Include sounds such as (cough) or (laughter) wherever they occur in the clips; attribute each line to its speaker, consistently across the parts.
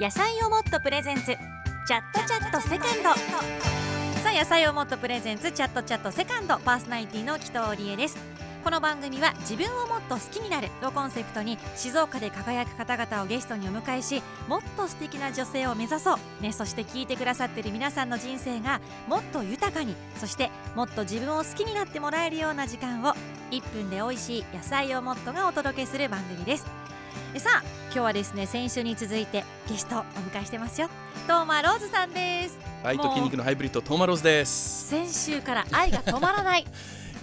Speaker 1: 野菜をもっとプレゼンツチャットチャットセカンドさあ野菜をもっとプレゼンツチャットチャットセカンドパーソナリティの紀藤織江ですこの番組は自分をもっと好きになるをコンセプトに静岡で輝く方々をゲストにお迎えしもっと素敵な女性を目指そう、ね、そして聞いてくださっている皆さんの人生がもっと豊かにそしてもっと自分を好きになってもらえるような時間を1分で美味しい野菜をもっとがお届けする番組ですえさあ今日はですね先週に続いてゲストをお迎えしてますよトーマローズさんです
Speaker 2: 愛と
Speaker 1: もう
Speaker 2: 筋肉のハイブリッドトーマローズです
Speaker 1: 先週から愛が止まらない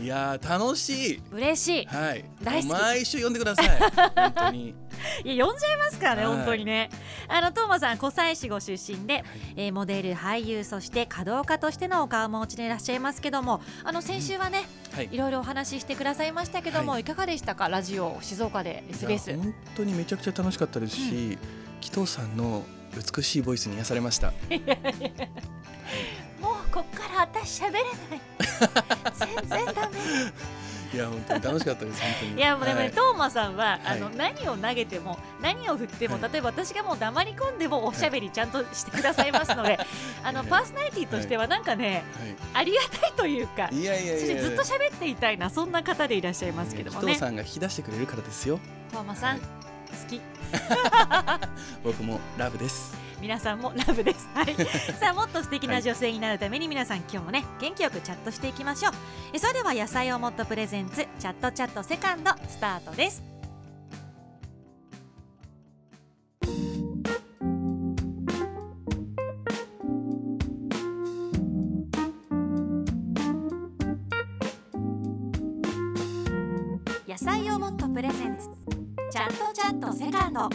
Speaker 2: いやー楽しい
Speaker 1: 嬉しい
Speaker 2: はい
Speaker 1: 大好き
Speaker 2: もう毎週呼んでください本当に
Speaker 1: (laughs) いや呼んじゃいますからね、
Speaker 2: はい
Speaker 1: 本当にねあのトーマさん湖西市ご出身で、えーモデル俳優そして華道家としてのお顔もお持ちでいらっしゃいますけどもあの先週はね、
Speaker 2: はい
Speaker 1: いろいろお話ししてくださいましたけども、、
Speaker 2: はい
Speaker 1: かがでしたかラジオ静岡で
Speaker 2: い
Speaker 1: SBS
Speaker 2: や本当にめちゃくちゃ楽しかったですし、紀藤さんの美しいボイスに癒されました
Speaker 1: もうこっから私喋れ (laughs) ない全然ダメ
Speaker 2: いや本当に楽しかったです本当
Speaker 1: (laughs)
Speaker 2: に
Speaker 1: いやもうでもね、
Speaker 2: はい
Speaker 1: トーマさんは、
Speaker 2: はい
Speaker 1: あの何を投げても何を振っても、
Speaker 2: はい
Speaker 1: 例えば私がもう黙り込んでもおしゃべりちゃんとしてくださいますので、あの
Speaker 2: (laughs) はい
Speaker 1: パーソナリティとしてはなんかね、ありがたいというか
Speaker 2: はい、いやいや
Speaker 1: そ
Speaker 2: い
Speaker 1: して
Speaker 2: や
Speaker 1: ずっと喋っていたいなそんな方でいらっしゃいますけども
Speaker 2: 紀
Speaker 1: ね
Speaker 2: 藤さんが引き出してくれるからですよ
Speaker 1: トーマさん、
Speaker 2: は
Speaker 1: 好き
Speaker 2: 僕もラブです
Speaker 1: 皆さんもラブです。はい、さあもっと素敵な女性になるために皆さん今日もね元気よくチャットしていきましょう。えそれでは野菜をもっとプレゼンツチャットチャットセカンドスタートです。野菜をもっとプレゼンツチャットチャットセカンド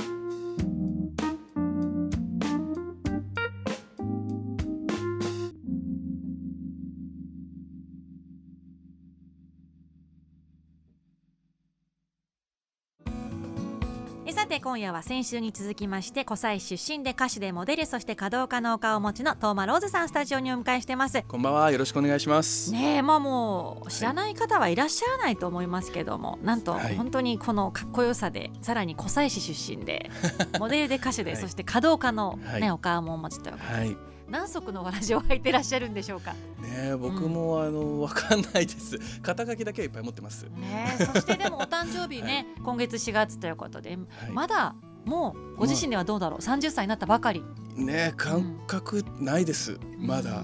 Speaker 1: えさて今夜は先週に続きまして湖西出身で歌手でモデルそして華道家のお顔をお持ちのトーマローズさんスタジオにお迎えしてます
Speaker 2: こんばんはよろしくお願いします、
Speaker 1: ねえまあもう知らない方はいらっしゃらないと思いますけども、なんと
Speaker 2: はい
Speaker 1: 本当にこのかっこよさでさらに湖西市出身でモデルで歌手で、
Speaker 2: はい
Speaker 1: そして華道家の、ね
Speaker 2: はい
Speaker 1: お顔もお持ちという
Speaker 2: はい
Speaker 1: 何足のわらじを履いてらっしゃるんでしょうか
Speaker 2: ねえ僕もあのわかんないです肩書きだけはいっぱい持ってます、
Speaker 1: ねえそしてでもお誕生日
Speaker 2: (laughs)
Speaker 1: ね、今月4月ということで、
Speaker 2: はい、
Speaker 1: まだもうご自身ではどうだろう、30歳になったばかり
Speaker 2: ねえ感覚ないですまだ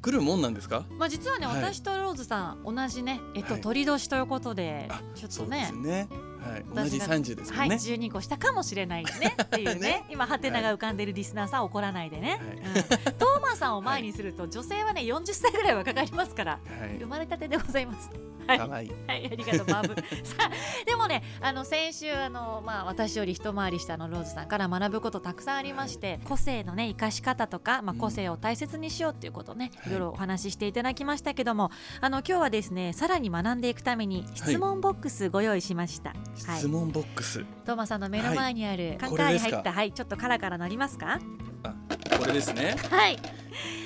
Speaker 2: 来るもんなんですか
Speaker 1: まあ実はね、
Speaker 2: はい
Speaker 1: 私とローズさん同じねえっと
Speaker 2: はい
Speaker 1: 鳥年ということで、
Speaker 2: あ
Speaker 1: ちょっ
Speaker 2: そ
Speaker 1: と
Speaker 2: うで
Speaker 1: ね
Speaker 2: すね。はい、同
Speaker 1: 私
Speaker 2: じ
Speaker 1: が
Speaker 2: 三十ですも
Speaker 1: は
Speaker 2: ん
Speaker 1: い
Speaker 2: ね。
Speaker 1: 12個したかもしれないねっていうね
Speaker 2: (laughs) ね
Speaker 1: 今ハテナが浮かんでるリスナーさん怒らないでね、
Speaker 2: はい
Speaker 1: うんトーマさんを前にすると女性はね40歳ぐらいはかかりますから
Speaker 2: はい
Speaker 1: 生まれたてでございます。はい、
Speaker 2: 可愛い
Speaker 1: はい、ありがとう、
Speaker 2: (laughs)
Speaker 1: マーブ。さあ、でもね、あの先週、あの、まあ、私より一回り下のローズさんから学ぶことたくさんありまして。個性のね、生かし方とか、まあ、
Speaker 2: うん
Speaker 1: 個性を大切にしようっていうことね、
Speaker 2: は
Speaker 1: い
Speaker 2: い
Speaker 1: ろいろお話ししていただきましたけども。あの、今日はですね、さらに学んでいくために、質問ボックスご用意しました。はい
Speaker 2: 質、問ボックス、
Speaker 1: トーマさんの目の前にある、カン
Speaker 2: こ
Speaker 1: カ
Speaker 2: れ
Speaker 1: ーに
Speaker 2: ですか
Speaker 1: 入った、はい、ちょっとカラカラなりますか。
Speaker 2: これですね。
Speaker 1: はい、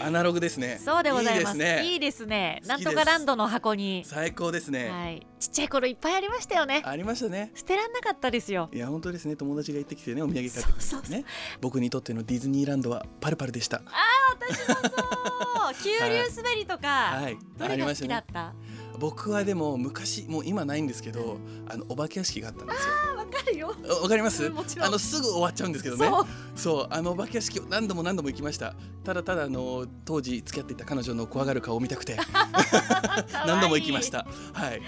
Speaker 2: アナログですね。
Speaker 1: そうでございます。
Speaker 2: いいですね。
Speaker 1: いいですね。
Speaker 2: 好き
Speaker 1: なんと
Speaker 2: で
Speaker 1: か
Speaker 2: す
Speaker 1: ランドの箱に。
Speaker 2: 最高ですね、
Speaker 1: はい、ちっちゃい頃いっぱいありましたよね。
Speaker 2: ありましたね。
Speaker 1: 捨てらんなかったですよ。
Speaker 2: いや本当ですね。友達が行ってきてねお土産買っ
Speaker 1: そ
Speaker 2: て
Speaker 1: うそう
Speaker 2: き
Speaker 1: そ
Speaker 2: て
Speaker 1: う。
Speaker 2: ね。僕にとってのディズニーランドはパルパルでした。
Speaker 1: そう、急流滑りとか、
Speaker 2: はい。
Speaker 1: どれが好きだった。あ
Speaker 2: 僕はでも昔もう今ないんですけど、あのお化け屋敷があったんですよ。
Speaker 1: ー、わかるよ。
Speaker 2: おわかります
Speaker 1: うんもちろん
Speaker 2: あのすぐ終わっちゃうんですけどね
Speaker 1: そう、
Speaker 2: そうあのお化け屋敷を何度も何度も行きましたただただあの当時付き合っていた彼女の怖がる顔を見た
Speaker 1: (laughs)
Speaker 2: くて
Speaker 1: 可愛い
Speaker 2: (laughs) 何度も行きまし。たはい、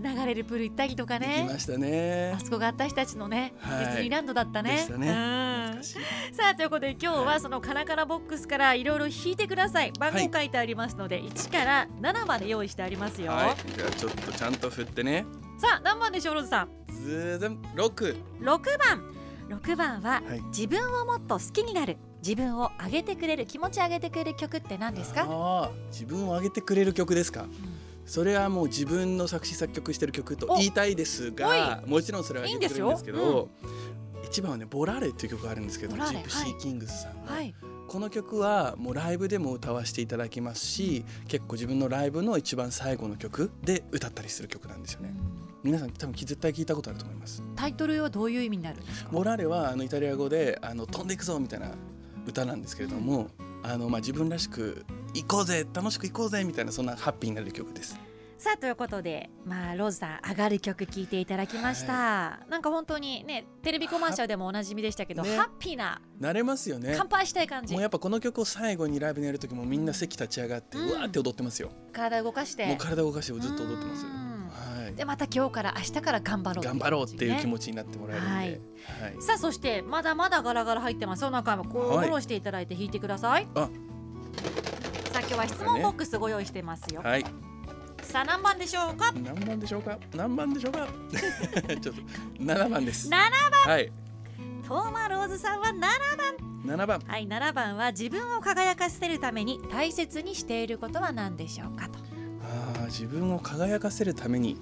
Speaker 1: 流れるプール行ったりとか
Speaker 2: 行き
Speaker 1: ね。
Speaker 2: ましたね
Speaker 1: あそこが私たちのね、
Speaker 2: はい
Speaker 1: ディズニーランドだったね。
Speaker 2: でしたね
Speaker 1: うん
Speaker 2: 懐かしい
Speaker 1: さあということで今日はそのカラカラボックスからいろいろ引いてください。番
Speaker 2: はい
Speaker 1: 号書いてありますので、1から7まで用意してありますよ。
Speaker 2: はいじゃあちょっとちゃんと振ってね
Speaker 1: さあ何番でしょうロズさん。
Speaker 2: ずーずん六
Speaker 1: 6番。6番は、
Speaker 2: はい
Speaker 1: 自分をもっと好きになる。自分を上げてくれる気持ち上げてくれる曲って何ですか？
Speaker 2: あー自分を上げてくれる曲ですかそれはもう自分の作詞作曲してる曲と
Speaker 1: お
Speaker 2: 言いたいですがもちろんそれは言ってくれるんですけ
Speaker 1: いいんです
Speaker 2: ど一番はね「ボラーレ」っていう曲があるんですけど
Speaker 1: ボラー
Speaker 2: ジ
Speaker 1: レ
Speaker 2: プシー・キングスさんの、
Speaker 1: はい。
Speaker 2: この曲はもうライブでも歌わせていただきますし結構自分のライブの一番最後の曲で歌ったりする曲なんですよね皆さん多分絶対聞いたことあると思います
Speaker 1: タイトルはどういう意味になるんですか？
Speaker 2: モラーレはあのイタリア語であの飛んでいくぞみたいな歌なんですけれども、あのまあ自分らしく行こうぜ楽しく行こうぜみたいなそんなハッピーになる曲です。
Speaker 1: さあということで、まあ、ローズさん上がる曲聴いていただきました、なんか本当にねテレビコマーシャルでもおなじみでしたけど、
Speaker 2: ね
Speaker 1: ハッピーな
Speaker 2: 慣れますよね。
Speaker 1: 乾杯したい感じ、
Speaker 2: もうやっぱこの曲を最後にライブにやる時もみんな席立ち上がって、
Speaker 1: う
Speaker 2: うんわーって踊ってますよ。
Speaker 1: 体動かして
Speaker 2: もう体動かしてずっと踊ってますよ。
Speaker 1: うん
Speaker 2: はい。
Speaker 1: でまた今日から明日から頑張ろう
Speaker 2: 頑張ろうっていう気
Speaker 1: ね
Speaker 2: 持ちになってもらえるんで、はい
Speaker 1: さあそしてまだまだガラガラ入ってますよ中山こうフ
Speaker 2: はい
Speaker 1: ォローしていただいて弾いてください、
Speaker 2: あ
Speaker 1: さあ今日は質問ボックスご用意してますよ、
Speaker 2: はい、
Speaker 1: さあ何番でしょうか
Speaker 2: 何番でしょうか何番でしょうか (laughs) ちょっと7番です
Speaker 1: 7番
Speaker 2: はい
Speaker 1: トーマローズさんは7
Speaker 2: 7番
Speaker 1: はい7番は自分を輝かせるために大切にしていることは何でしょうかと
Speaker 2: あー自分を輝かせるために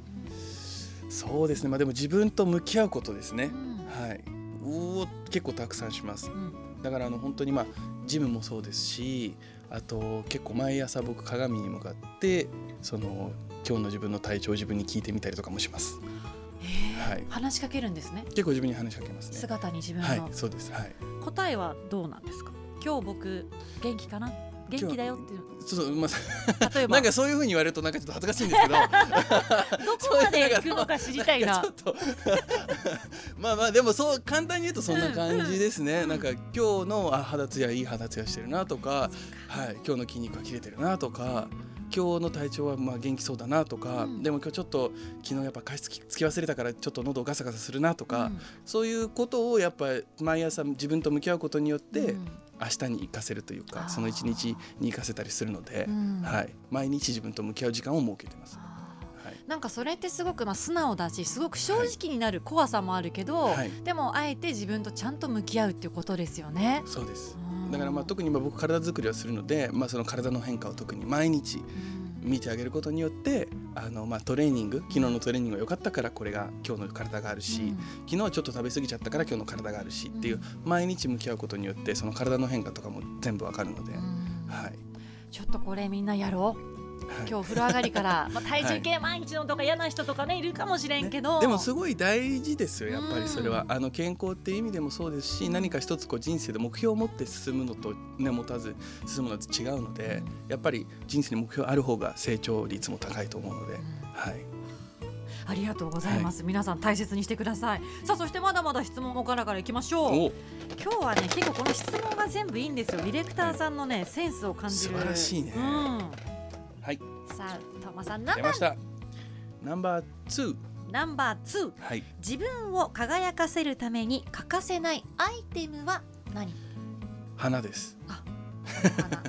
Speaker 2: そうですねまあでも自分と向き合うことですね
Speaker 1: うん
Speaker 2: はいうお結構たくさんしま
Speaker 1: う
Speaker 2: す
Speaker 1: ん
Speaker 2: だからあの本当にまあジムもそうですしあと結構毎朝僕鏡に向かってその今日の自分の体調を自分に聞いてみたりとかもします
Speaker 1: へー
Speaker 2: はい
Speaker 1: 話しかけるんですね
Speaker 2: 結構自分に話しかけますね
Speaker 1: 姿に自分の、
Speaker 2: はいそうですはい
Speaker 1: 答えはどうなんですか今日僕元気かな元気だよっていう
Speaker 2: ちょっとまあ
Speaker 1: 例えば
Speaker 2: なんかそういうふうに言われるとなんかちょっと恥ずかしいんですけど
Speaker 1: どこまで行くのか知りたいな
Speaker 2: んかちょっと (laughs) まあまあでもそう簡単に言うとそんな感じですね、なんか今日のあ肌ツヤいい肌ツヤしてるなとかはい、今日の筋肉が切れてるなとか今日の体調はまあ元気そうだなとか、
Speaker 1: うん
Speaker 2: でも今日ちょっと昨日やっぱ加湿器つき忘れたからちょっと喉ガサガサするなとか、
Speaker 1: うん
Speaker 2: そういうことをやっぱ毎朝自分と向き合うことによって、
Speaker 1: うん
Speaker 2: 明日に生かせるという
Speaker 1: あー
Speaker 2: かその一日に生かせたりするので、
Speaker 1: うん
Speaker 2: はい、毎日自分と向き合う時間を設けてます。
Speaker 1: あー
Speaker 2: はい
Speaker 1: なんかそれってすごくまあ素直だしすごく正直になる怖さもあるけど、
Speaker 2: はい
Speaker 1: でもあえて自分とちゃんと向き合うっていうことですよね。
Speaker 2: そうです
Speaker 1: うん
Speaker 2: だからまあ特に今僕体作りをするので、まあ、その体の変化を特に毎日
Speaker 1: うん
Speaker 2: 見てあげることによってあのまあトレーニング昨日のトレーニングが良かったからこれが今日の体があるし、
Speaker 1: うん
Speaker 2: 昨日はちょっと食べ過ぎちゃったから今日の体があるしっていう、
Speaker 1: うん
Speaker 2: 毎日向き合うことによってその体の変化とかも全部わかるので、
Speaker 1: うん
Speaker 2: はい、
Speaker 1: ちょっとこれみんなやろう
Speaker 2: はい
Speaker 1: 今日風呂上がり
Speaker 2: (laughs)
Speaker 1: から、まあ、体重計毎日のとか嫌な人とかねいるかもしれんけど、
Speaker 2: ねでもすごい大事ですよやっぱりそれは、
Speaker 1: うん
Speaker 2: あの健康っていう意味でもそうですし何か一つこう人生で目標を持って進むのと、ね、持たず進むのと違うのでやっぱり人生に目標ある方が成長率も高いと思うので、はい、
Speaker 1: ありがとうございます、皆さん大切にしてくださいさあそしてまだまだ質問おからからいきましょう
Speaker 2: お
Speaker 1: 今日はね結構この質問が全部いいんですよディレクターさんのねセンスを感じる
Speaker 2: 素晴らしいね
Speaker 1: うん
Speaker 2: はい
Speaker 1: さあ、トマさん、ナン
Speaker 2: 出
Speaker 1: バ
Speaker 2: ま
Speaker 1: ー
Speaker 2: したナンバー2
Speaker 1: ナンバー2
Speaker 2: はい
Speaker 1: 自分を輝かせるために欠かせないアイテムは何
Speaker 2: 花です
Speaker 1: 花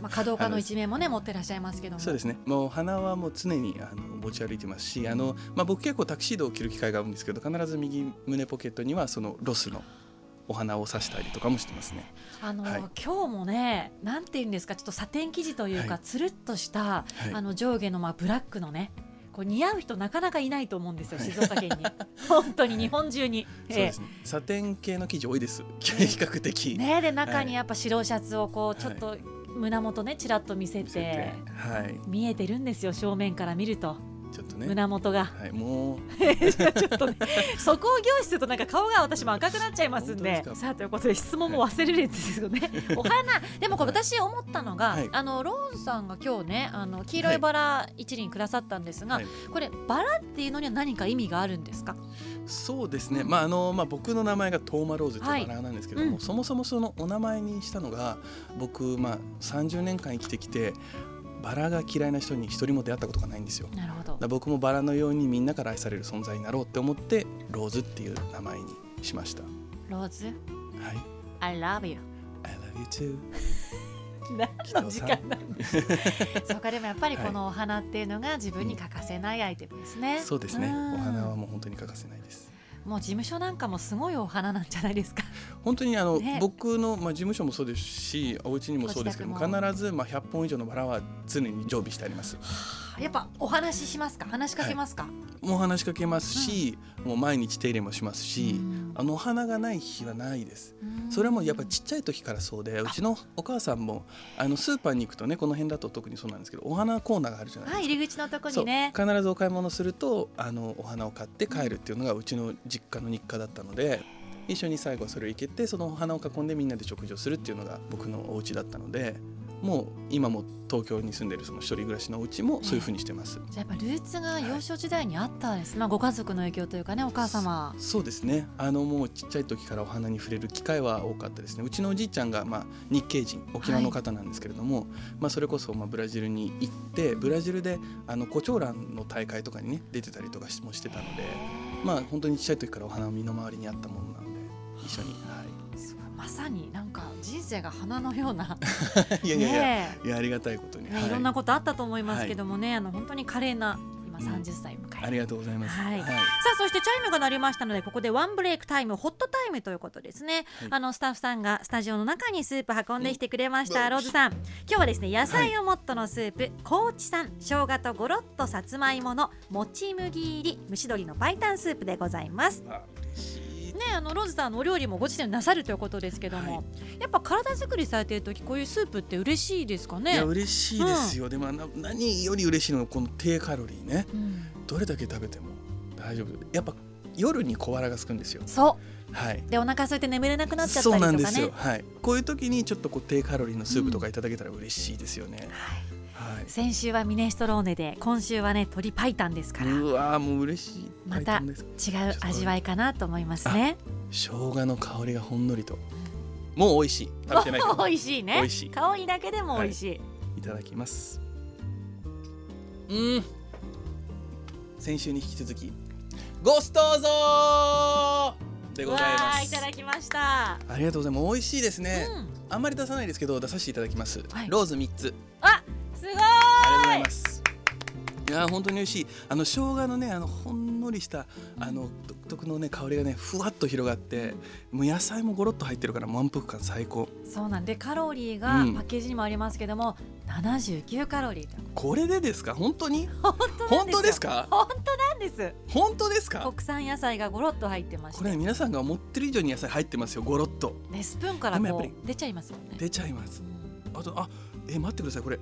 Speaker 1: まあ、華道家の一面もね、持ってらっしゃいますけども。
Speaker 2: そうですねもう花はもう常にあの持ち歩いてますしあの、まあ、僕結構タキシードを着る機会が多いんですけど必ず右胸ポケットにはそのロスのお花を刺したりとかもしてますね。
Speaker 1: あの、
Speaker 2: はい
Speaker 1: 今日もね、なんて言うんですか、ちょっとサテン生地というか、
Speaker 2: はい
Speaker 1: つるっとした、
Speaker 2: はい
Speaker 1: あの上下のまあブラックのね。こう似合う人なかなかいないと思うんですよ、
Speaker 2: はい
Speaker 1: 静岡
Speaker 2: (laughs)
Speaker 1: 県に。本当に日本中に。
Speaker 2: そうですね、サテン系の生地多いです (laughs) 比較
Speaker 1: ええ
Speaker 2: 的、
Speaker 1: ね、で、中にやっぱ白シャツをこう、ちょっと胸元ね、ちらっと見せ
Speaker 2: そうです
Speaker 1: て
Speaker 2: ね。はい
Speaker 1: 見えてるんですよ、正面から見ると、
Speaker 2: ちょっとね
Speaker 1: 胸元が。 (laughs)
Speaker 2: はいもう
Speaker 1: ちょっとね、そこを凝視するとなんか顔が私も赤くなっちゃいますんで。
Speaker 2: 本当ですか
Speaker 1: さあということで質問も忘れるやつですよね。 (laughs) お花でもこれ私思ったのが、
Speaker 2: はい
Speaker 1: あのローンさんが今日ねあの黄色いバラ一輪くださったんですが、
Speaker 2: はい
Speaker 1: これバラっていうのには何か意味があるんですか。
Speaker 2: そうですね、まああのまあ、僕の名前がトーマローズって
Speaker 1: はい
Speaker 2: バラなんですけども、
Speaker 1: うん
Speaker 2: そもそもそのお名前にしたのが僕、まあ、30年間生きてきてバラが嫌いな人に一人も出会ったことがないんですよ。
Speaker 1: なるほ
Speaker 2: だか
Speaker 1: ど。
Speaker 2: ら僕もバラのようにみんなから愛される存在になろうって思ってローズっていう名前にしました。は
Speaker 1: ローズ、
Speaker 2: い。
Speaker 1: I love you。
Speaker 2: I love you too。
Speaker 1: 何の時間
Speaker 2: (laughs)
Speaker 1: なんでしょうそうかでもやっぱりこのお花っていうのが自分に欠かせないアイテムですね。
Speaker 2: そうですね。
Speaker 1: ん
Speaker 2: お花はもう本当に欠かせないです。
Speaker 1: もう事務所なんかもすごいお花なんじゃないですか。
Speaker 2: 本当にあの、
Speaker 1: ね
Speaker 2: 僕のまあ事務所もそうですし、お家にもそうですけども
Speaker 1: ご自宅も
Speaker 2: 必ずまあ100本以上のバラは常に常備してあります。
Speaker 1: やっぱお話ししますか話しかけますか、
Speaker 2: もう話しかけますし、もう毎日手入れもしますし、あのお花がない日はないです。それはもうやっぱちっちゃい時からそうで、うちのお母さんもあのスーパーに行くとねこの辺だと特にそうなんですけど、お花コーナーがあるじゃないですか
Speaker 1: はい入り口のとこにね
Speaker 2: そう必ずお買い物するとあのお花を買って帰るっていうのがうちの実家の日課だったので一緒に最後それを生けてそのお花を囲んでみんなで食事をするっていうのが僕のお家だったのでもう今も東京に住んでるその一人暮らしのお家もそういうふうにしてます。
Speaker 1: じゃあやっぱルーツが幼少時代にあったんです、まあご家族の影響というかねお母様
Speaker 2: そうですねあのもうちっちゃい時からお花に触れる機会は多かったですねうちのおじいちゃんが、まあ、日系人沖縄の方なんですけれども、まあ、それこそ、まあ、ブラジルに行ってブラジルであのコチョウランの大会とかにね出てたりとかしもしてたので、まあ、本当にちっちゃい時からお花は身の回りにあったものなので一緒に、は
Speaker 1: すごいまさになんか人生が花のような、
Speaker 2: (laughs) い、いやいやいや,、
Speaker 1: ね
Speaker 2: いやありがたいことに、
Speaker 1: えね
Speaker 2: はい
Speaker 1: いろんなことあったと思いますけどもね、あの本当に華麗な今30歳を迎えて
Speaker 2: ありがとうございます。
Speaker 1: はいさあそしてチャイムが鳴りましたのでここでワンブレイクタイムホットタイムということですね、
Speaker 2: はい
Speaker 1: あのスタッフさんがスタジオの中にスープ運んできてくれました、
Speaker 2: うん
Speaker 1: ローズさん今日はですね野菜をモットのスープ、高知産生姜とごろっとさつまいものもち麦入り蒸し鶏の白湯スープでございます
Speaker 2: あ嬉しい
Speaker 1: ねあのローズさんのお料理もご自身でなさるということですけども、
Speaker 2: は
Speaker 1: やっぱ体作りされてる時こういうスープって嬉しいですか
Speaker 2: い
Speaker 1: ね
Speaker 2: や嬉しいですよ、でもな何より嬉しいのがこの低カロリーね
Speaker 1: うん
Speaker 2: どれだけ食べても大丈夫やっぱ夜に小腹が空くんですよ
Speaker 1: そ
Speaker 2: はい、
Speaker 1: うでお腹空いて眠れなくなっちゃった
Speaker 2: そう
Speaker 1: りと
Speaker 2: な
Speaker 1: か
Speaker 2: ん
Speaker 1: ね
Speaker 2: ですよ、はい、こういう時にちょっとこう低カロリーのスープとかいただけたら嬉しいですよね、
Speaker 1: はい
Speaker 2: はい
Speaker 1: 先週はミネストローネで今週はね鶏白湯ですから違う
Speaker 2: うわーもう嬉しい
Speaker 1: また
Speaker 2: 白湯です
Speaker 1: 味わいかなと思いますね
Speaker 2: 生姜の香りがほんのりともう美味しい食べてないけど
Speaker 1: (laughs) 美味しいね
Speaker 2: 美味しい
Speaker 1: 香りだけでも美味しい、
Speaker 2: いただきますうん先週に引き続きごストーぞーで
Speaker 1: う
Speaker 2: ご
Speaker 1: わ
Speaker 2: ざいま
Speaker 1: ーい
Speaker 2: す
Speaker 1: ただきました、
Speaker 2: ありがとうございます美味しいですね、
Speaker 1: うん
Speaker 2: あんまり出さないですけど出させていただきます、
Speaker 1: はい
Speaker 2: ローズ3つ
Speaker 1: あすごい
Speaker 2: ありがとうございます。いやー本当に美味しい。あの生姜のねあのほんのりしたあの独特のね香りがねふわっと広がって、もう野菜もゴロッと入ってるから満腹感最高。
Speaker 1: そうなんでカロリーが
Speaker 2: うん
Speaker 1: パッケージにもありますけども、79カロリーと (laughs)
Speaker 2: これでですか本当に
Speaker 1: 本当なんですよ
Speaker 2: 本当ですか
Speaker 1: 本当なんです
Speaker 2: 本当ですか
Speaker 1: 国。産野菜がごろっと入ってまし
Speaker 2: こ
Speaker 1: て
Speaker 2: れ、ね、皆さんが思ってる以上に野菜入ってますよゴロッと
Speaker 1: ね、スプーンから
Speaker 2: でもやっ
Speaker 1: こ
Speaker 2: ぱり
Speaker 1: う出ちゃいますもんね
Speaker 2: 出ちゃいます
Speaker 1: う。ん
Speaker 2: あとあえ待ってくださいこれ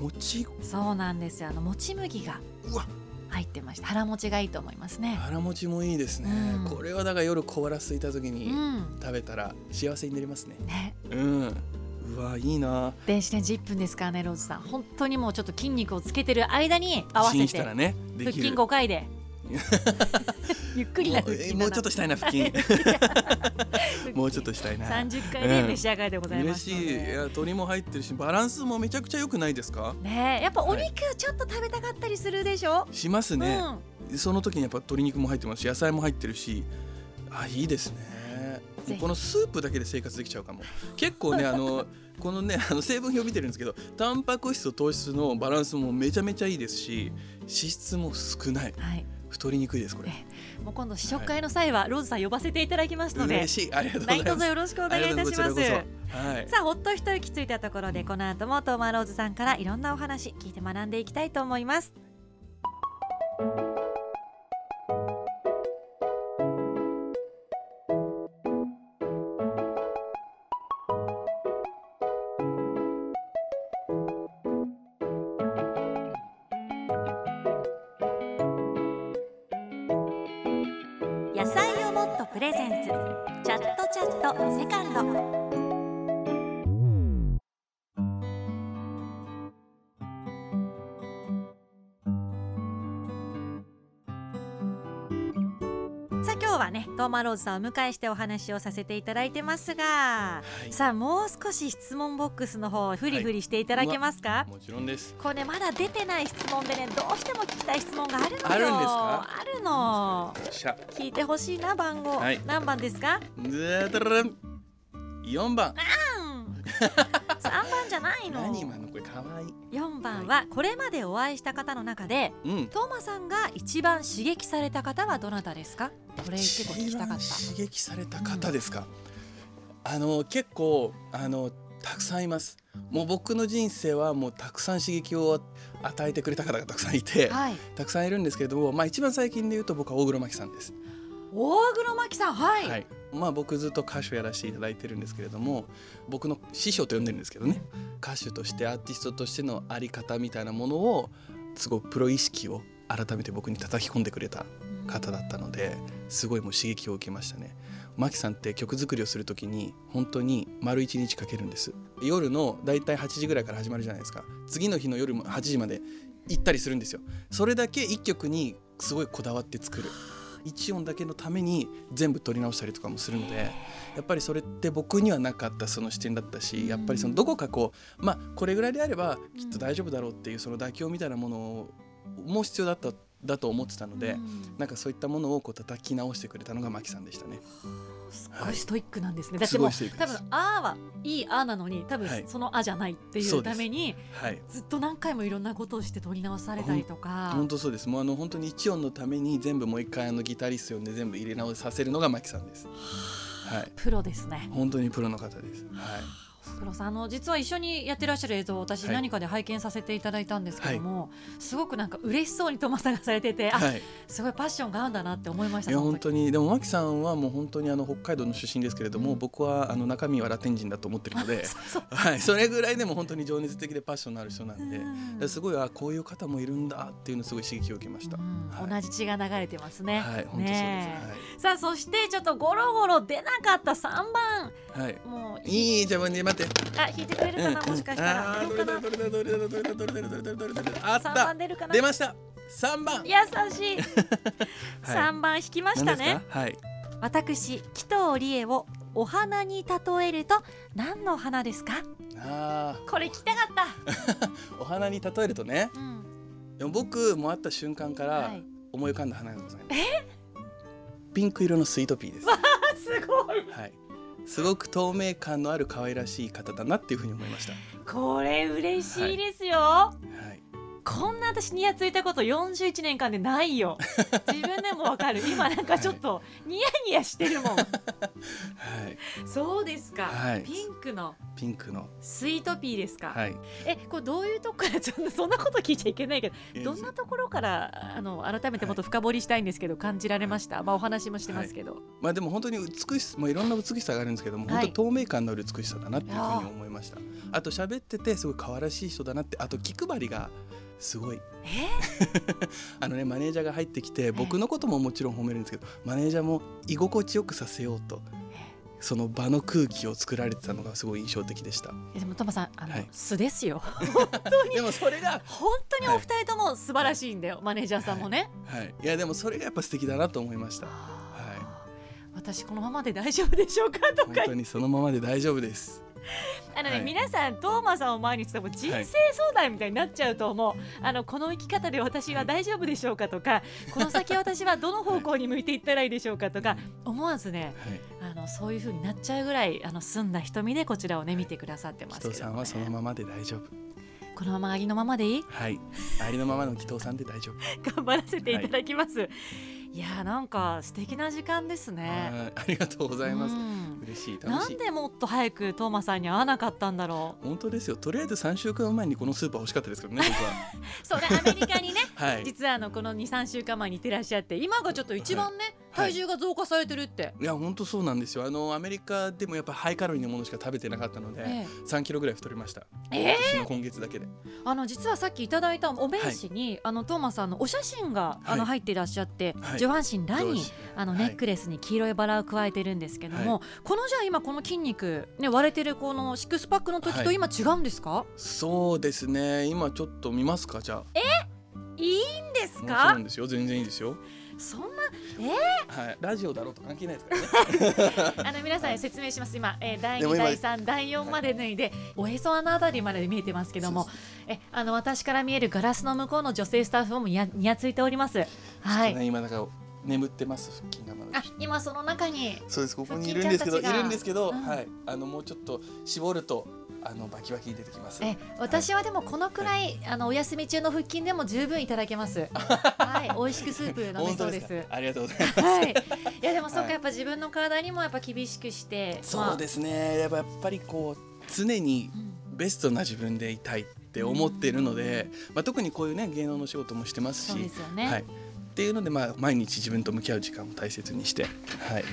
Speaker 2: 餅
Speaker 1: そうなんですよあのもち麦が
Speaker 2: うわ
Speaker 1: 入ってまして腹持ちがいいと思いますね
Speaker 2: 腹持ちもいいですね。
Speaker 1: うん
Speaker 2: これはだから夜小腹空いた時
Speaker 1: う
Speaker 2: に
Speaker 1: ん
Speaker 2: 食べたら幸せになりますね。
Speaker 1: ね
Speaker 2: うん。うわいいな。
Speaker 1: 電子レンジ1分ですからねローズさん本当にもうちょっと筋肉をつけてる間に合わ
Speaker 2: チ
Speaker 1: せ
Speaker 2: ンしてたらねで
Speaker 1: 腹
Speaker 2: きる
Speaker 1: 筋。5回
Speaker 2: (laughs)
Speaker 1: でゆっくりな腹筋だな
Speaker 2: もうえもうちょっとしたいな腹
Speaker 1: (laughs)
Speaker 2: 筋もうちょっとしたいな
Speaker 1: 30回で
Speaker 2: うん
Speaker 1: 召し上がりでございま
Speaker 2: 嬉
Speaker 1: すの
Speaker 2: しいいや
Speaker 1: で、
Speaker 2: 鶏も入ってるしバランスもめちゃくちゃ良くないですか
Speaker 1: ねえやっぱお肉ちょっと食べたかったりするでしょ、
Speaker 2: します
Speaker 1: うん
Speaker 2: ね、その時にやっぱ鶏肉も入ってますし野菜も入ってるしあいいですね
Speaker 1: ぜひ
Speaker 2: もうこのスープだけで生活できちゃうかも結構ねあ
Speaker 1: (laughs)
Speaker 2: のこのねあの成分表見てるんですけどタンパク質と糖質のバランスもめちゃめちゃいいですし脂質も少ない
Speaker 1: はい、
Speaker 2: 太りにくいですこれ
Speaker 1: もう今度試食会の際はローズさん呼ばせていただきますので
Speaker 2: 嬉しいありがとうござい
Speaker 1: 何
Speaker 2: ます
Speaker 1: 卒よろしくお願いいたし
Speaker 2: あ
Speaker 1: ま
Speaker 2: りがとうござい
Speaker 1: す
Speaker 2: こちらこそはい
Speaker 1: さあほっと一息ついたところでこの後もトーマローズさんからいろんなお話聞いて学んでいきたいと思います野菜をもっとプレゼンツチャットチャットセカンドさあ今日はねトーマローズさんをお迎えしてお話をさせていただいてますが、
Speaker 2: はい
Speaker 1: さあもう少し質問ボックスの方フリフリしていただけますか、
Speaker 2: もちろんです
Speaker 1: これねまだ出てない質問でねどうしても聞きたい質問があるのよ
Speaker 2: あるんですか
Speaker 1: あるの
Speaker 2: よっしゃ
Speaker 1: 聞いてほしいな番号、
Speaker 2: はい
Speaker 1: 何番です
Speaker 2: (laughs)
Speaker 1: か
Speaker 2: ずーたらん4番
Speaker 1: うん3番じゃないの
Speaker 2: 何今のこれかわいい
Speaker 1: 4番はこれまでお会いした方の中で
Speaker 2: うん
Speaker 1: トーマさんが一番刺激された方はどなたですかこれ結構聞きたかっ
Speaker 2: 一
Speaker 1: た
Speaker 2: 番刺激された方ですか、あの結構あのたくさんいますもう僕の人生はもうたくさん刺激を与えてくれた方がたくさんいて、
Speaker 1: はい
Speaker 2: たくさんいるんですけれども、まあ、一番最近で言うと僕は大黒摩季さんです、
Speaker 1: 大黒摩季さんはい、
Speaker 2: はいまあ、僕ずっと歌手やらせていただいてるんですけれども僕の師匠と呼んでるんですけどね歌手としてアーティストとしてのあり方みたいなものをすごいプロ意識を改めて僕に叩き込んでくれた方だったのですごいもう刺激を受けましたねマキさんって曲作りをするときに本当に丸一日かけるんです夜のだいたい8時ぐらいから始まるじゃないですか次の日の夜も8時まで行ったりするんですよそれだけ一曲にすごいこだわって作る一音だけのために全部取り直したりとかもするのでやっぱりそれって僕にはなかったその視点だったしやっぱりそのどこかこうまあこれぐらいであればきっと大丈夫だろうっていうその妥協みたいなものも必要だっただと思ってたので、なんかそういったものをこう叩き直してくれたのがマキさんでしたね。
Speaker 1: すごいストイックなんですね、だって
Speaker 2: す
Speaker 1: も
Speaker 2: ご
Speaker 1: う
Speaker 2: いストイックで
Speaker 1: 多
Speaker 2: す
Speaker 1: 分「あ」はいい「あ」なのに多分
Speaker 2: はい
Speaker 1: その「あ」じゃないってい
Speaker 2: そううで
Speaker 1: た
Speaker 2: す
Speaker 1: めに
Speaker 2: はい
Speaker 1: ずっと何回もいろんなことをして取り直されたりとか
Speaker 2: 本当そうですもうあの本当に一音のために全部もう一回あのギタリスト呼んで全部入れ直させるのがマキさんです。はい
Speaker 1: プロですね
Speaker 2: 本当にプロの方です。はい
Speaker 1: プロさんあの実は一緒にやってらっしゃる映像を私
Speaker 2: はい
Speaker 1: 何かで拝見させていただいたんですけども、すごくなんか嬉しそうにトマさんがされてて、
Speaker 2: はい
Speaker 1: あすごいパッションが合うんだなって思いまし
Speaker 2: い
Speaker 1: た
Speaker 2: や
Speaker 1: その
Speaker 2: 本
Speaker 1: 時
Speaker 2: 当にでもマキさんはもう本当にあの北海道の出身ですけれども、僕はあの中身はラテン人だと思ってる
Speaker 1: (laughs)
Speaker 2: ので、
Speaker 1: そう
Speaker 2: はい、それぐらいでも本当に情熱的でパッションのある人なんで、
Speaker 1: うん
Speaker 2: だからすごいあこういう方もいるんだっていうのすごい刺激を受けました。
Speaker 1: うん
Speaker 2: はい
Speaker 1: 同じ血が流れてますね。
Speaker 2: はい、本当そうです。
Speaker 1: ねえさあそしてちょっとゴロゴロ出なかった3番
Speaker 2: はい。はい。
Speaker 1: もうい
Speaker 2: いい、じゃあ、ね、待って。
Speaker 1: あ引いてくれるかな、もしかしたら
Speaker 2: あー
Speaker 1: 出るかな
Speaker 2: どれだ、どれだ、どれだ、どれだ、どれだ、どれだ、どれだ、どれだ、どれだあっ
Speaker 1: 3番
Speaker 2: た。
Speaker 1: 出るかな
Speaker 2: 出ました。三番。
Speaker 1: 優
Speaker 2: (laughs)
Speaker 1: しい、3番引きました
Speaker 2: 何です
Speaker 1: ね
Speaker 2: か。はい。
Speaker 1: 私紀藤理恵をお花に例えると何の花ですか
Speaker 2: ああ、
Speaker 1: これ聞きたかった
Speaker 2: お花に例えるとね、
Speaker 1: うん
Speaker 2: でも僕も会った瞬間か
Speaker 1: は
Speaker 2: ら
Speaker 1: い
Speaker 2: 思い浮かんだ花がございます。ピンク色のスイートピーです。は
Speaker 1: あすごい
Speaker 2: い。すごく透明感のある可愛らしい方だなっていうふうに思いました。
Speaker 1: これ嬉しいですよ、
Speaker 2: はい。
Speaker 1: こんな私にやついたこと41年間でない (laughs) よ自分でもわかる今なんかちょっとニヤニヤしてるもん
Speaker 2: はい。
Speaker 1: そうですか、
Speaker 2: はい
Speaker 1: ピンクの
Speaker 2: ピンクの。
Speaker 1: スイートピーですか、
Speaker 2: はい。
Speaker 1: えこれどういうとこからちょっとそんなこと聞いちゃいけないけど
Speaker 2: いいで
Speaker 1: ど
Speaker 2: す
Speaker 1: んなところからあの改めてもっと深掘りしたいんですけど感じられました、まあお話もしてますけど、
Speaker 2: まあでも本当に美しさ、まあ、いろんな美しさがあるんですけども、
Speaker 1: はい
Speaker 2: 本当透明感のある美しさだなっていうふうに思いましたあと喋っててすごい可愛らしい人だなってあと気配りがすごい
Speaker 1: え
Speaker 2: (laughs) あのねマネージャーが入ってきて僕のことももちろん褒めるんですけどマネージャーも居心地よくさせようとその場の空気を作られてたのがすごい印象的でした
Speaker 1: えでもトマさんあの、
Speaker 2: はい
Speaker 1: 素です
Speaker 2: (laughs)
Speaker 1: よ
Speaker 2: でもそれが
Speaker 1: 本当にお二人とも素晴らしいんだよ、マネージャーさんもね、
Speaker 2: はいいやでもそれがやっぱ素敵だなと思いました
Speaker 1: あー私このままで大丈夫でしょうかと
Speaker 2: 本
Speaker 1: か
Speaker 2: 当にそのままで大丈夫です
Speaker 1: あのね、
Speaker 2: はい
Speaker 1: 皆さんトーマさんを前にしても人生相談みたいになっちゃうと思う、あのこの生き方で私は大丈夫でしょうかとか、
Speaker 2: (laughs)
Speaker 1: この先私はどの方向に向いていったらいいでしょうかとか思わずね
Speaker 2: はい
Speaker 1: あのそういう風になっちゃうぐらいあの澄んだ瞳でこちらをね見てくださってま
Speaker 2: 紀
Speaker 1: すけ
Speaker 2: 藤
Speaker 1: ど
Speaker 2: さ
Speaker 1: も
Speaker 2: ん
Speaker 1: ね、
Speaker 2: はそのままで大丈夫
Speaker 1: このままありのままでいい
Speaker 2: はいありのままの紀藤さんで大丈夫
Speaker 1: 頑張らせていただきます、い、やーなんか素敵な時間ですね
Speaker 2: はいありがとうございます
Speaker 1: う。ん
Speaker 2: 嬉しい、楽
Speaker 1: な
Speaker 2: しい
Speaker 1: ん。でもっと早くトーマさんに会わなかったんだろ
Speaker 2: 本当ですよ。とりあえず三週間前にこのスーパー欲しかったですけどね、
Speaker 1: うそれアメリカにね
Speaker 2: 僕は。は
Speaker 1: (laughs)
Speaker 2: い。
Speaker 1: 実はあのこの23週間前に行ってらっしゃって今がちょっと一番ね、
Speaker 2: はいはい
Speaker 1: 体重が増加されてるって、
Speaker 2: いや本当そうなんですよあのアメリカでもやっぱハイカロリーのものしか食べてなかったので、
Speaker 1: え
Speaker 2: 3キロぐらい太りました
Speaker 1: ええ
Speaker 2: 私の今月だけで
Speaker 1: あの実はさっきいただいたお名刺に、あのトーマさんのお写真が、あの
Speaker 2: は
Speaker 1: 入っていらっしゃって、
Speaker 2: はい
Speaker 1: 上半身ラ
Speaker 2: どう
Speaker 1: に
Speaker 2: し
Speaker 1: あの
Speaker 2: はい
Speaker 1: ネックレスに黄色いバラを加えてるんですけども、このじゃあ今この筋肉ね割れてるこのシックスパックの時と
Speaker 2: はい
Speaker 1: 今違うんですか、
Speaker 2: そうですね今ちょっと見ますかじゃあ
Speaker 1: い、いんです
Speaker 2: もちろ
Speaker 1: か
Speaker 2: んですよ全然いいですよ
Speaker 1: そん
Speaker 2: はいラジオだろうと関係ないですからね
Speaker 1: なあの皆さんに説明します今、えー第
Speaker 2: でも
Speaker 1: 2
Speaker 2: 今
Speaker 1: 第3第4まで脱いでおへそ穴あたりまで見えてますけども
Speaker 2: そう
Speaker 1: えあの私から見えるガラスの向こうの女性スタッフもにやにやついておりますは
Speaker 2: ちょっと
Speaker 1: い
Speaker 2: ね今なんか眠ってます腹筋がまだ
Speaker 1: あ今その中に
Speaker 2: そうですここにいるんですけど
Speaker 1: 腹筋ちゃん
Speaker 2: い
Speaker 1: たちが
Speaker 2: るんですけど、
Speaker 1: うん
Speaker 2: はいあのもうちょっと絞るとあのバキバキに出てきます
Speaker 1: え私はでもこのくらい、あのお休み中の腹筋でも十分いただけます。
Speaker 2: (laughs)
Speaker 1: はい、美味しくスープ飲め
Speaker 2: 本
Speaker 1: そ
Speaker 2: 当
Speaker 1: う
Speaker 2: で
Speaker 1: ですす。
Speaker 2: かありがとうございます (laughs)
Speaker 1: はい、いやでもそっか、
Speaker 2: はい
Speaker 1: やっぱ自分の体にもやっぱ厳しくして、
Speaker 2: そうですねやっぱやっぱりこう常に
Speaker 1: まあうん
Speaker 2: ベストな自分でいたいって思ってるので、まあ、特にこういうね芸能の仕事もしてます
Speaker 1: そう
Speaker 2: し
Speaker 1: ですよね。
Speaker 2: はい、っていうので、まあ、毎日自分と向き合う時間を大切にして、はい、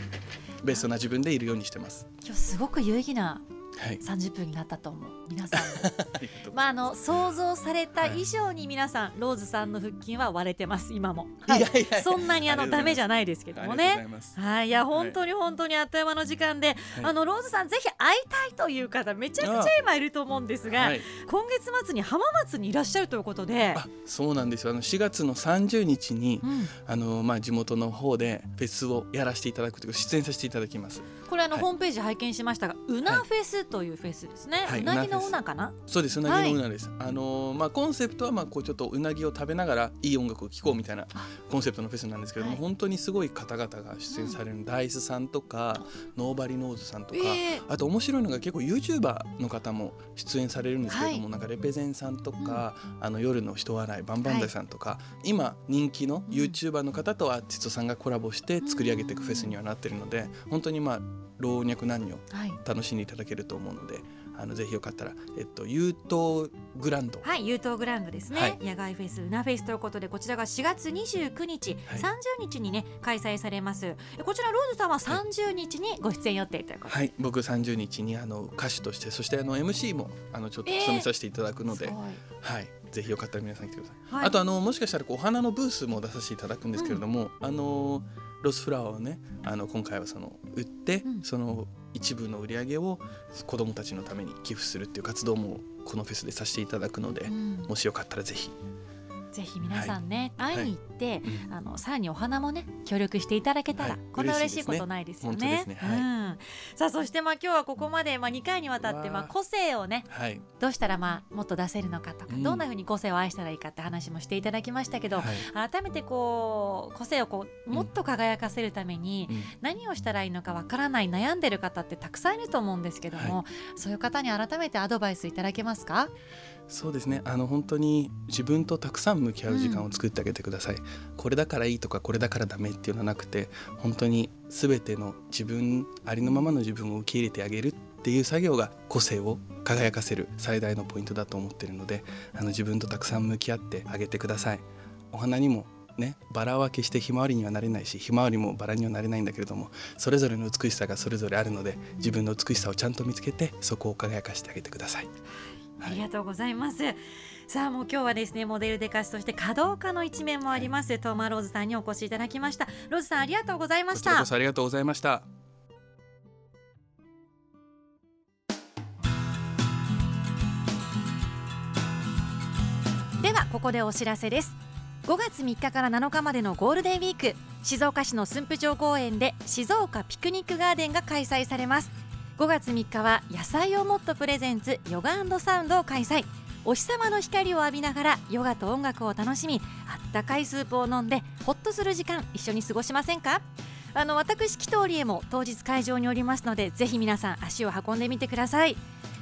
Speaker 2: ベストな自分でいるようにしてます。
Speaker 1: 今日すごく有意義な
Speaker 2: はい
Speaker 1: 30分になったと思う皆
Speaker 2: (laughs)
Speaker 1: さんも
Speaker 2: ありがとうございます
Speaker 1: まああの想像された以上に皆さん、ローズさんの腹筋は割れてます今も、はい
Speaker 2: いやいやいや
Speaker 1: そんなにあ
Speaker 2: あ
Speaker 1: の
Speaker 2: り
Speaker 1: ダ
Speaker 2: がとうございます
Speaker 1: メじゃないですけど
Speaker 2: あり
Speaker 1: も
Speaker 2: がとうござ
Speaker 1: ね
Speaker 2: います。
Speaker 1: はい、いや本当に本当にあっという間の時間で、
Speaker 2: い
Speaker 1: あのローズさんぜひ会いたいという方めちゃくちゃ今いると思うんですが、
Speaker 2: はい、
Speaker 1: 今月末に浜松にいらっしゃるということで、
Speaker 2: あそうなんですよあの4月の30日に
Speaker 1: うん、
Speaker 2: あの、まあ、地元の方でフェスをやらせていただくというか出演させていただきます
Speaker 1: これあの、
Speaker 2: はい
Speaker 1: ホームページは拝見しましたがうなフェスというフェスですね、
Speaker 2: はいう
Speaker 1: なぎの
Speaker 2: うなフェス
Speaker 1: うなかな
Speaker 2: そうですう
Speaker 1: は
Speaker 2: ないぎのうなです、あのまあ、コンセプトは、まあ、こうちょっとうなぎを食べながらいい音楽を聴こうみたいなコンセプトのフェスなんですけども、
Speaker 1: はい
Speaker 2: 本当にすごい方々が出演される、ダイスさんとかノーバリノーズさんとか、
Speaker 1: ええ
Speaker 2: あと面白いのが結構 YouTuber の方も出演されるんですけれども、
Speaker 1: は
Speaker 2: なんかレペゼンさんとか、あの夜の人笑いバンバンダイさんとか、今人気の YouTuber の方とアーティストさんがコラボして作り上げていくフェスにはなってるので本当にまあ老若男女
Speaker 1: はい、
Speaker 2: 楽しんでいただけると思うのであのぜひよかったら、えっと、優等グランド、
Speaker 1: はい、優等グラウンドですね、
Speaker 2: はい
Speaker 1: 野外フェスうなフェスということでこちらが4月29日、
Speaker 2: はい
Speaker 1: 30日にね開催されますえこちらローズさんは30日にご出演予定ということで、
Speaker 2: はい、僕30日にあの歌手としてそしてあの MC もあのちょっと
Speaker 1: えー
Speaker 2: 務めさせていただくので、
Speaker 1: すごい
Speaker 2: はい、ぜひよかったら皆さん来てください。
Speaker 1: はい
Speaker 2: あとあのもしかしたらこうお花のブースも出させていただくんですけれども、あのロスフラワーをねあの今回はその売って、
Speaker 1: うん
Speaker 2: その一部の売り上げを子どもたちのために寄付するっていう活動もこのフェスでさせていただくので、
Speaker 1: うん
Speaker 2: もしよかったらぜひ、
Speaker 1: ぜひ皆さんね、
Speaker 2: い
Speaker 1: 会いに行って、
Speaker 2: うん
Speaker 1: あのさらにお花もね協力していただけたら、
Speaker 2: はい
Speaker 1: こんな嬉
Speaker 2: 嬉
Speaker 1: し
Speaker 2: し
Speaker 1: い
Speaker 2: い
Speaker 1: こ
Speaker 2: ですね
Speaker 1: とないですよね。
Speaker 2: 本当ですねはい
Speaker 1: うん、さあそしてまあ今日はここまでまあ2回にわたって
Speaker 2: うわー
Speaker 1: まあ個性をね
Speaker 2: はい
Speaker 1: どうしたらまあもっと出せるのかとか、
Speaker 2: うん
Speaker 1: どんなふうに個性を愛したらいいかって話もしていただきましたけど、
Speaker 2: はい
Speaker 1: 改めてこう個性をこうもっと輝かせるために、
Speaker 2: うん
Speaker 1: 何をしたらいいのかわからない悩んでる方ってたくさんいると思うんですけども、そういう方に改めてアドバイスいただけますか
Speaker 2: そうですねあの本当に自分とたくさん向き合う時間を作ってあげてください、これだからいいとかこれだからダメっていうのはなくて本当に全ての自分ありのままの自分を受け入れてあげるっていう作業が個性を輝かせる最大のポイントだと思ってるのであの自分とたくさん向き合ってあげてくださいお花にもねバラは決してひまわりにはなれないしひまわりもバラにはなれないんだけれどもそれぞれの美しさがそれぞれあるので自分の美しさをちゃんと見つけてそこを輝かせてあげてください、
Speaker 1: あ
Speaker 2: は
Speaker 1: りがとうございます。さあもう今日はですねモデルで歌手として華道家の一面もあります、トーマローズさんにお越しいただきましたローズさんありがとうございま
Speaker 2: こ
Speaker 1: し
Speaker 2: ちら
Speaker 1: た
Speaker 2: こそありがとうございました。
Speaker 1: ではここでお知らせです5月3日から7日までのゴールデンウィーク静岡市の駿府城公園で静岡ピクニックガーデンが開催されます5月3日は野菜をもっとプレゼンツヨガサウンドを開催お日様の光を浴びながらヨガと音楽を楽しみあったかいスープを飲んでホッとする時間一緒に過ごしませんかあの私紀藤理恵も当日会場におりますのでぜひ皆さん足を運んでみてください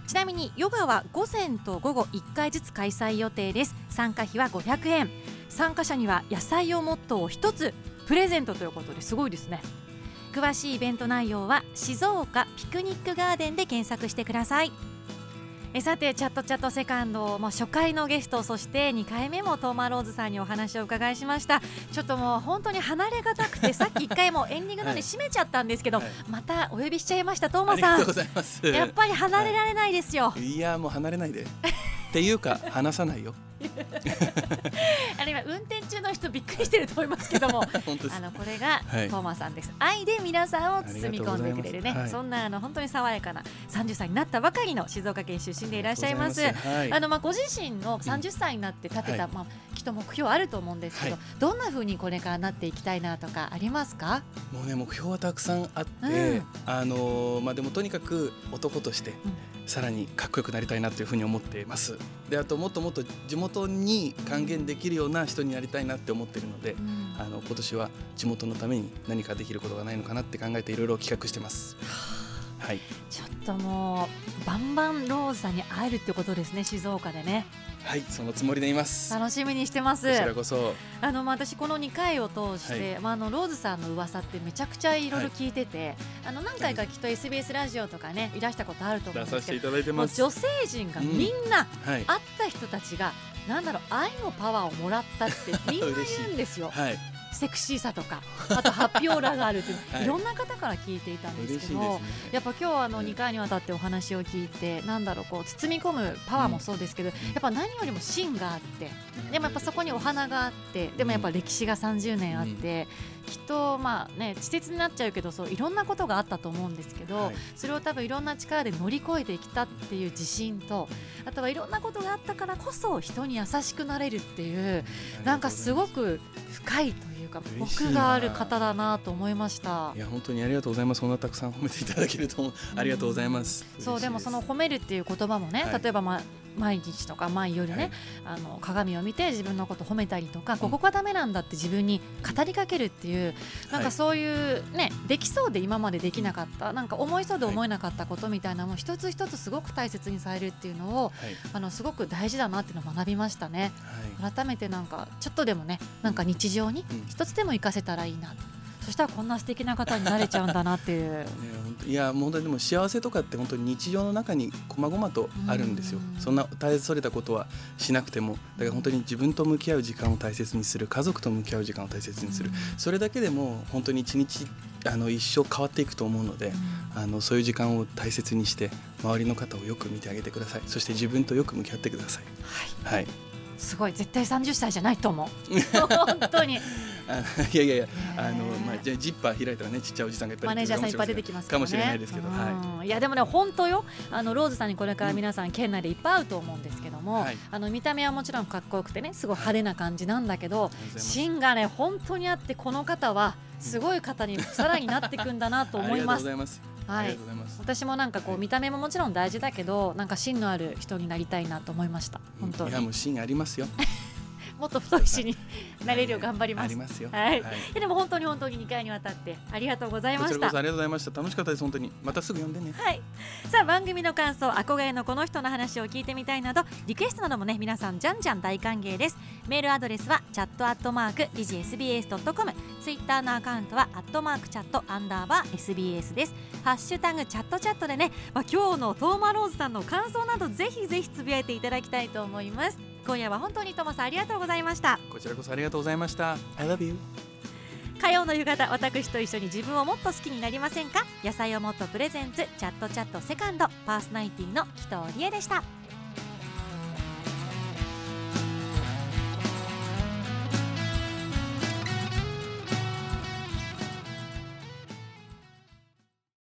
Speaker 1: ちなみにヨガは午前と午後1回ずつ開催予定です参加費は500円参加者には野菜をモットーを1つプレゼントということですごいですね詳しいイベント内容は静岡ピクニックガーデンで検索してくださいえさてチャットチャットセカンドもう初回のゲストそして2回目もトーマローズさんにお話をお伺いしましたちょっともう本当に離れがたくてさっき1回もうエンディングので締めちゃったんですけど、
Speaker 2: はい
Speaker 1: またお呼びしちゃいましたトー
Speaker 2: あ
Speaker 1: マ
Speaker 2: りが
Speaker 1: さ
Speaker 2: と
Speaker 1: ん
Speaker 2: うございます。
Speaker 1: やっぱり離れられないですよ。
Speaker 2: いやもう離れないで。っていうか話さないよ。 (laughs)
Speaker 1: あるいは運転中の人びっくりしてると思いますけど
Speaker 2: (laughs)
Speaker 1: も。
Speaker 2: 本当で
Speaker 1: あ
Speaker 2: す。
Speaker 1: のこれが
Speaker 2: はい
Speaker 1: トーマさんです、愛で皆さんを包み込んでくれるね、
Speaker 2: ありがとうございますはい
Speaker 1: そんなあの本当に爽やかな30歳になったばかりの静岡県出身でいらっしゃいます
Speaker 2: ありがとうございま
Speaker 1: あ
Speaker 2: すはい。
Speaker 1: のまあご自身の30歳になって立てた、
Speaker 2: は
Speaker 1: まあ、きっと目標あると思うんですけど、
Speaker 2: は
Speaker 1: どんな風にこれからなっていきたいなとかありますか、
Speaker 2: もうね目標はたくさんあって、
Speaker 1: うん
Speaker 2: あのーまあでもとにかく男としてさらにかっこよくなりたいなというふうに思っています。であともっともっと地元に還元できるような人になりたいなって思ってるので
Speaker 1: う。ん
Speaker 2: あの今年は地元のために何かできることがないのかなって考えていろいろ企画してます。はい、
Speaker 1: ちょっともうバンバンローズさんに会えるってことですね静岡でね
Speaker 2: はい、そのつもりでいます。こ
Speaker 1: 楽しみにしてます
Speaker 2: ちらこそ、
Speaker 1: あのまあ私この2回を通して、まあ、あのローズさんの噂ってめちゃくちゃいろいろ聞いてて、あの何回かきっと SBS ラジオとかねいらしたことあると思う
Speaker 2: 出
Speaker 1: んで
Speaker 2: さ
Speaker 1: す
Speaker 2: せ
Speaker 1: け
Speaker 2: て
Speaker 1: ど
Speaker 2: いただいて
Speaker 1: もう
Speaker 2: ます。
Speaker 1: 女性陣がみんな
Speaker 2: はい、 (laughs)
Speaker 1: 会った人たちが、なんだろう愛のパワーをもらったってみんな言うんですよ。
Speaker 2: はい、
Speaker 1: セクシーさとかあと発表裏があるという、、
Speaker 2: (laughs) はいい
Speaker 1: ろんな方から聞いていたんで
Speaker 2: 嬉
Speaker 1: す
Speaker 2: し
Speaker 1: け
Speaker 2: い
Speaker 1: ど
Speaker 2: ですね。
Speaker 1: やっぱ今日あの
Speaker 2: うん
Speaker 1: 2回にわたってお話を聞いて、なんだろうこう包み込むパワーもそうですけど、やっぱ何よりも芯があってでもやっぱそこにお花があってでもやっぱ歴史が30年あって、きっとまあね稚拙になっちゃうけどそういろんなことがあったと思うんですけど、
Speaker 2: はい
Speaker 1: それを多分いろんな力で乗り越えてきたっていう自信とあとはいろんなことがあったからこそ人に優しくなれるっていうなんかすごく深いというか
Speaker 2: 嬉しいな
Speaker 1: 僕がある方だなと思いました
Speaker 2: い。や本当にありがとうございます。そんなたくさん褒めていただけると思うありがとうございます。
Speaker 1: そうでもその褒めるっていう言葉もね、
Speaker 2: はい
Speaker 1: 例えば、ま、毎日とか毎夜ね、あの鏡を見て自分のこと褒めたりとか、ここがダメなんだって自分に語りかけるっていうなんかそういうねできそうで今までできなかったなんか思いそうで思えなかったことみたいなのも一つ一つすごく大切にされるっていうのを
Speaker 2: はいはい
Speaker 1: あのすごく大事だなっていうのを学びましたね
Speaker 2: はい
Speaker 1: 改めてなんかちょっとでもねなんか日常に
Speaker 2: うん
Speaker 1: 一つでも活かせたらいいなとそしたらこんな素敵な方になれちゃうんだなっていう。
Speaker 2: ね本当いやもう本当にでも幸せとかって本当に日常の中に細々とあるんですよ
Speaker 1: うん
Speaker 2: そんな大それたことはしなくてもだから本当に自分と向き合う時間を大切にする家族と向き合う時間を大切にするそれだけでも本当に一日あの一生変わっていくと思うのであのそういう時間を大切にして周りの方をよく見てあげてくださいそして自分とよく向き合ってください
Speaker 1: はい
Speaker 2: はい
Speaker 1: すごい絶対30歳じゃないと
Speaker 2: (laughs)
Speaker 1: 思う本当に
Speaker 2: あ (laughs) いやいやいやあの、まあ、じゃあジッパー開いたらねちっちゃいおじさんがいっぱい
Speaker 1: マネージャーさんいって
Speaker 2: 出
Speaker 1: ぱい
Speaker 2: る
Speaker 1: 出てきます
Speaker 2: かもしれないですけど
Speaker 1: ね
Speaker 2: は
Speaker 1: うんいやでもね本当よあのローズさんにこれから皆さん県内でいっぱい会うと思うんですけども、
Speaker 2: はい
Speaker 1: あの見た目はもちろんかっこよくてねすごい派手な感じなんだけど、
Speaker 2: い
Speaker 1: 芯がね本当にあってこの方はすごい方にさらになっていくんだなと思います
Speaker 2: ありがとうございます、
Speaker 1: は
Speaker 2: あ
Speaker 1: い
Speaker 2: りがとうございます
Speaker 1: 私もなんかこう見た目ももちろん大事だけどなんか芯のある人になりたいなと思いました本当
Speaker 2: い
Speaker 1: に
Speaker 2: やもう芯ありますよ
Speaker 1: もっと太い芯になれるよう頑張りま
Speaker 2: あ
Speaker 1: す
Speaker 2: りますよ
Speaker 1: はいいやでも本当に本当に2回にわたってありがとうござい
Speaker 2: こ
Speaker 1: ま
Speaker 2: ち
Speaker 1: し
Speaker 2: らこ
Speaker 1: た
Speaker 2: そありがとうございました楽しかったです本当にまたすぐ呼んでね
Speaker 1: はい、さあ番組の感想憧れのこの人の話を聞いてみたいなどリクエストなどもね皆さんじゃんじゃん大歓迎ですメールアドレスはチャットアットマーク digsbs.com ツイッターのアカウントはアットマークチャットアンダーバー sbs ですハッシュタグチャットチャットでね、まあ、今日のトーマローズさんの感想などぜひぜひつぶやいていただきたいと思います今夜は本当にトマさんありがとうございました
Speaker 2: こちらこそありがとうございました I love you
Speaker 1: 火曜の夕方私と一緒に自分をもっと好きになりませんか野菜をもっとプレゼンツチャットチャットセカンドパーソナリティの紀藤理恵でした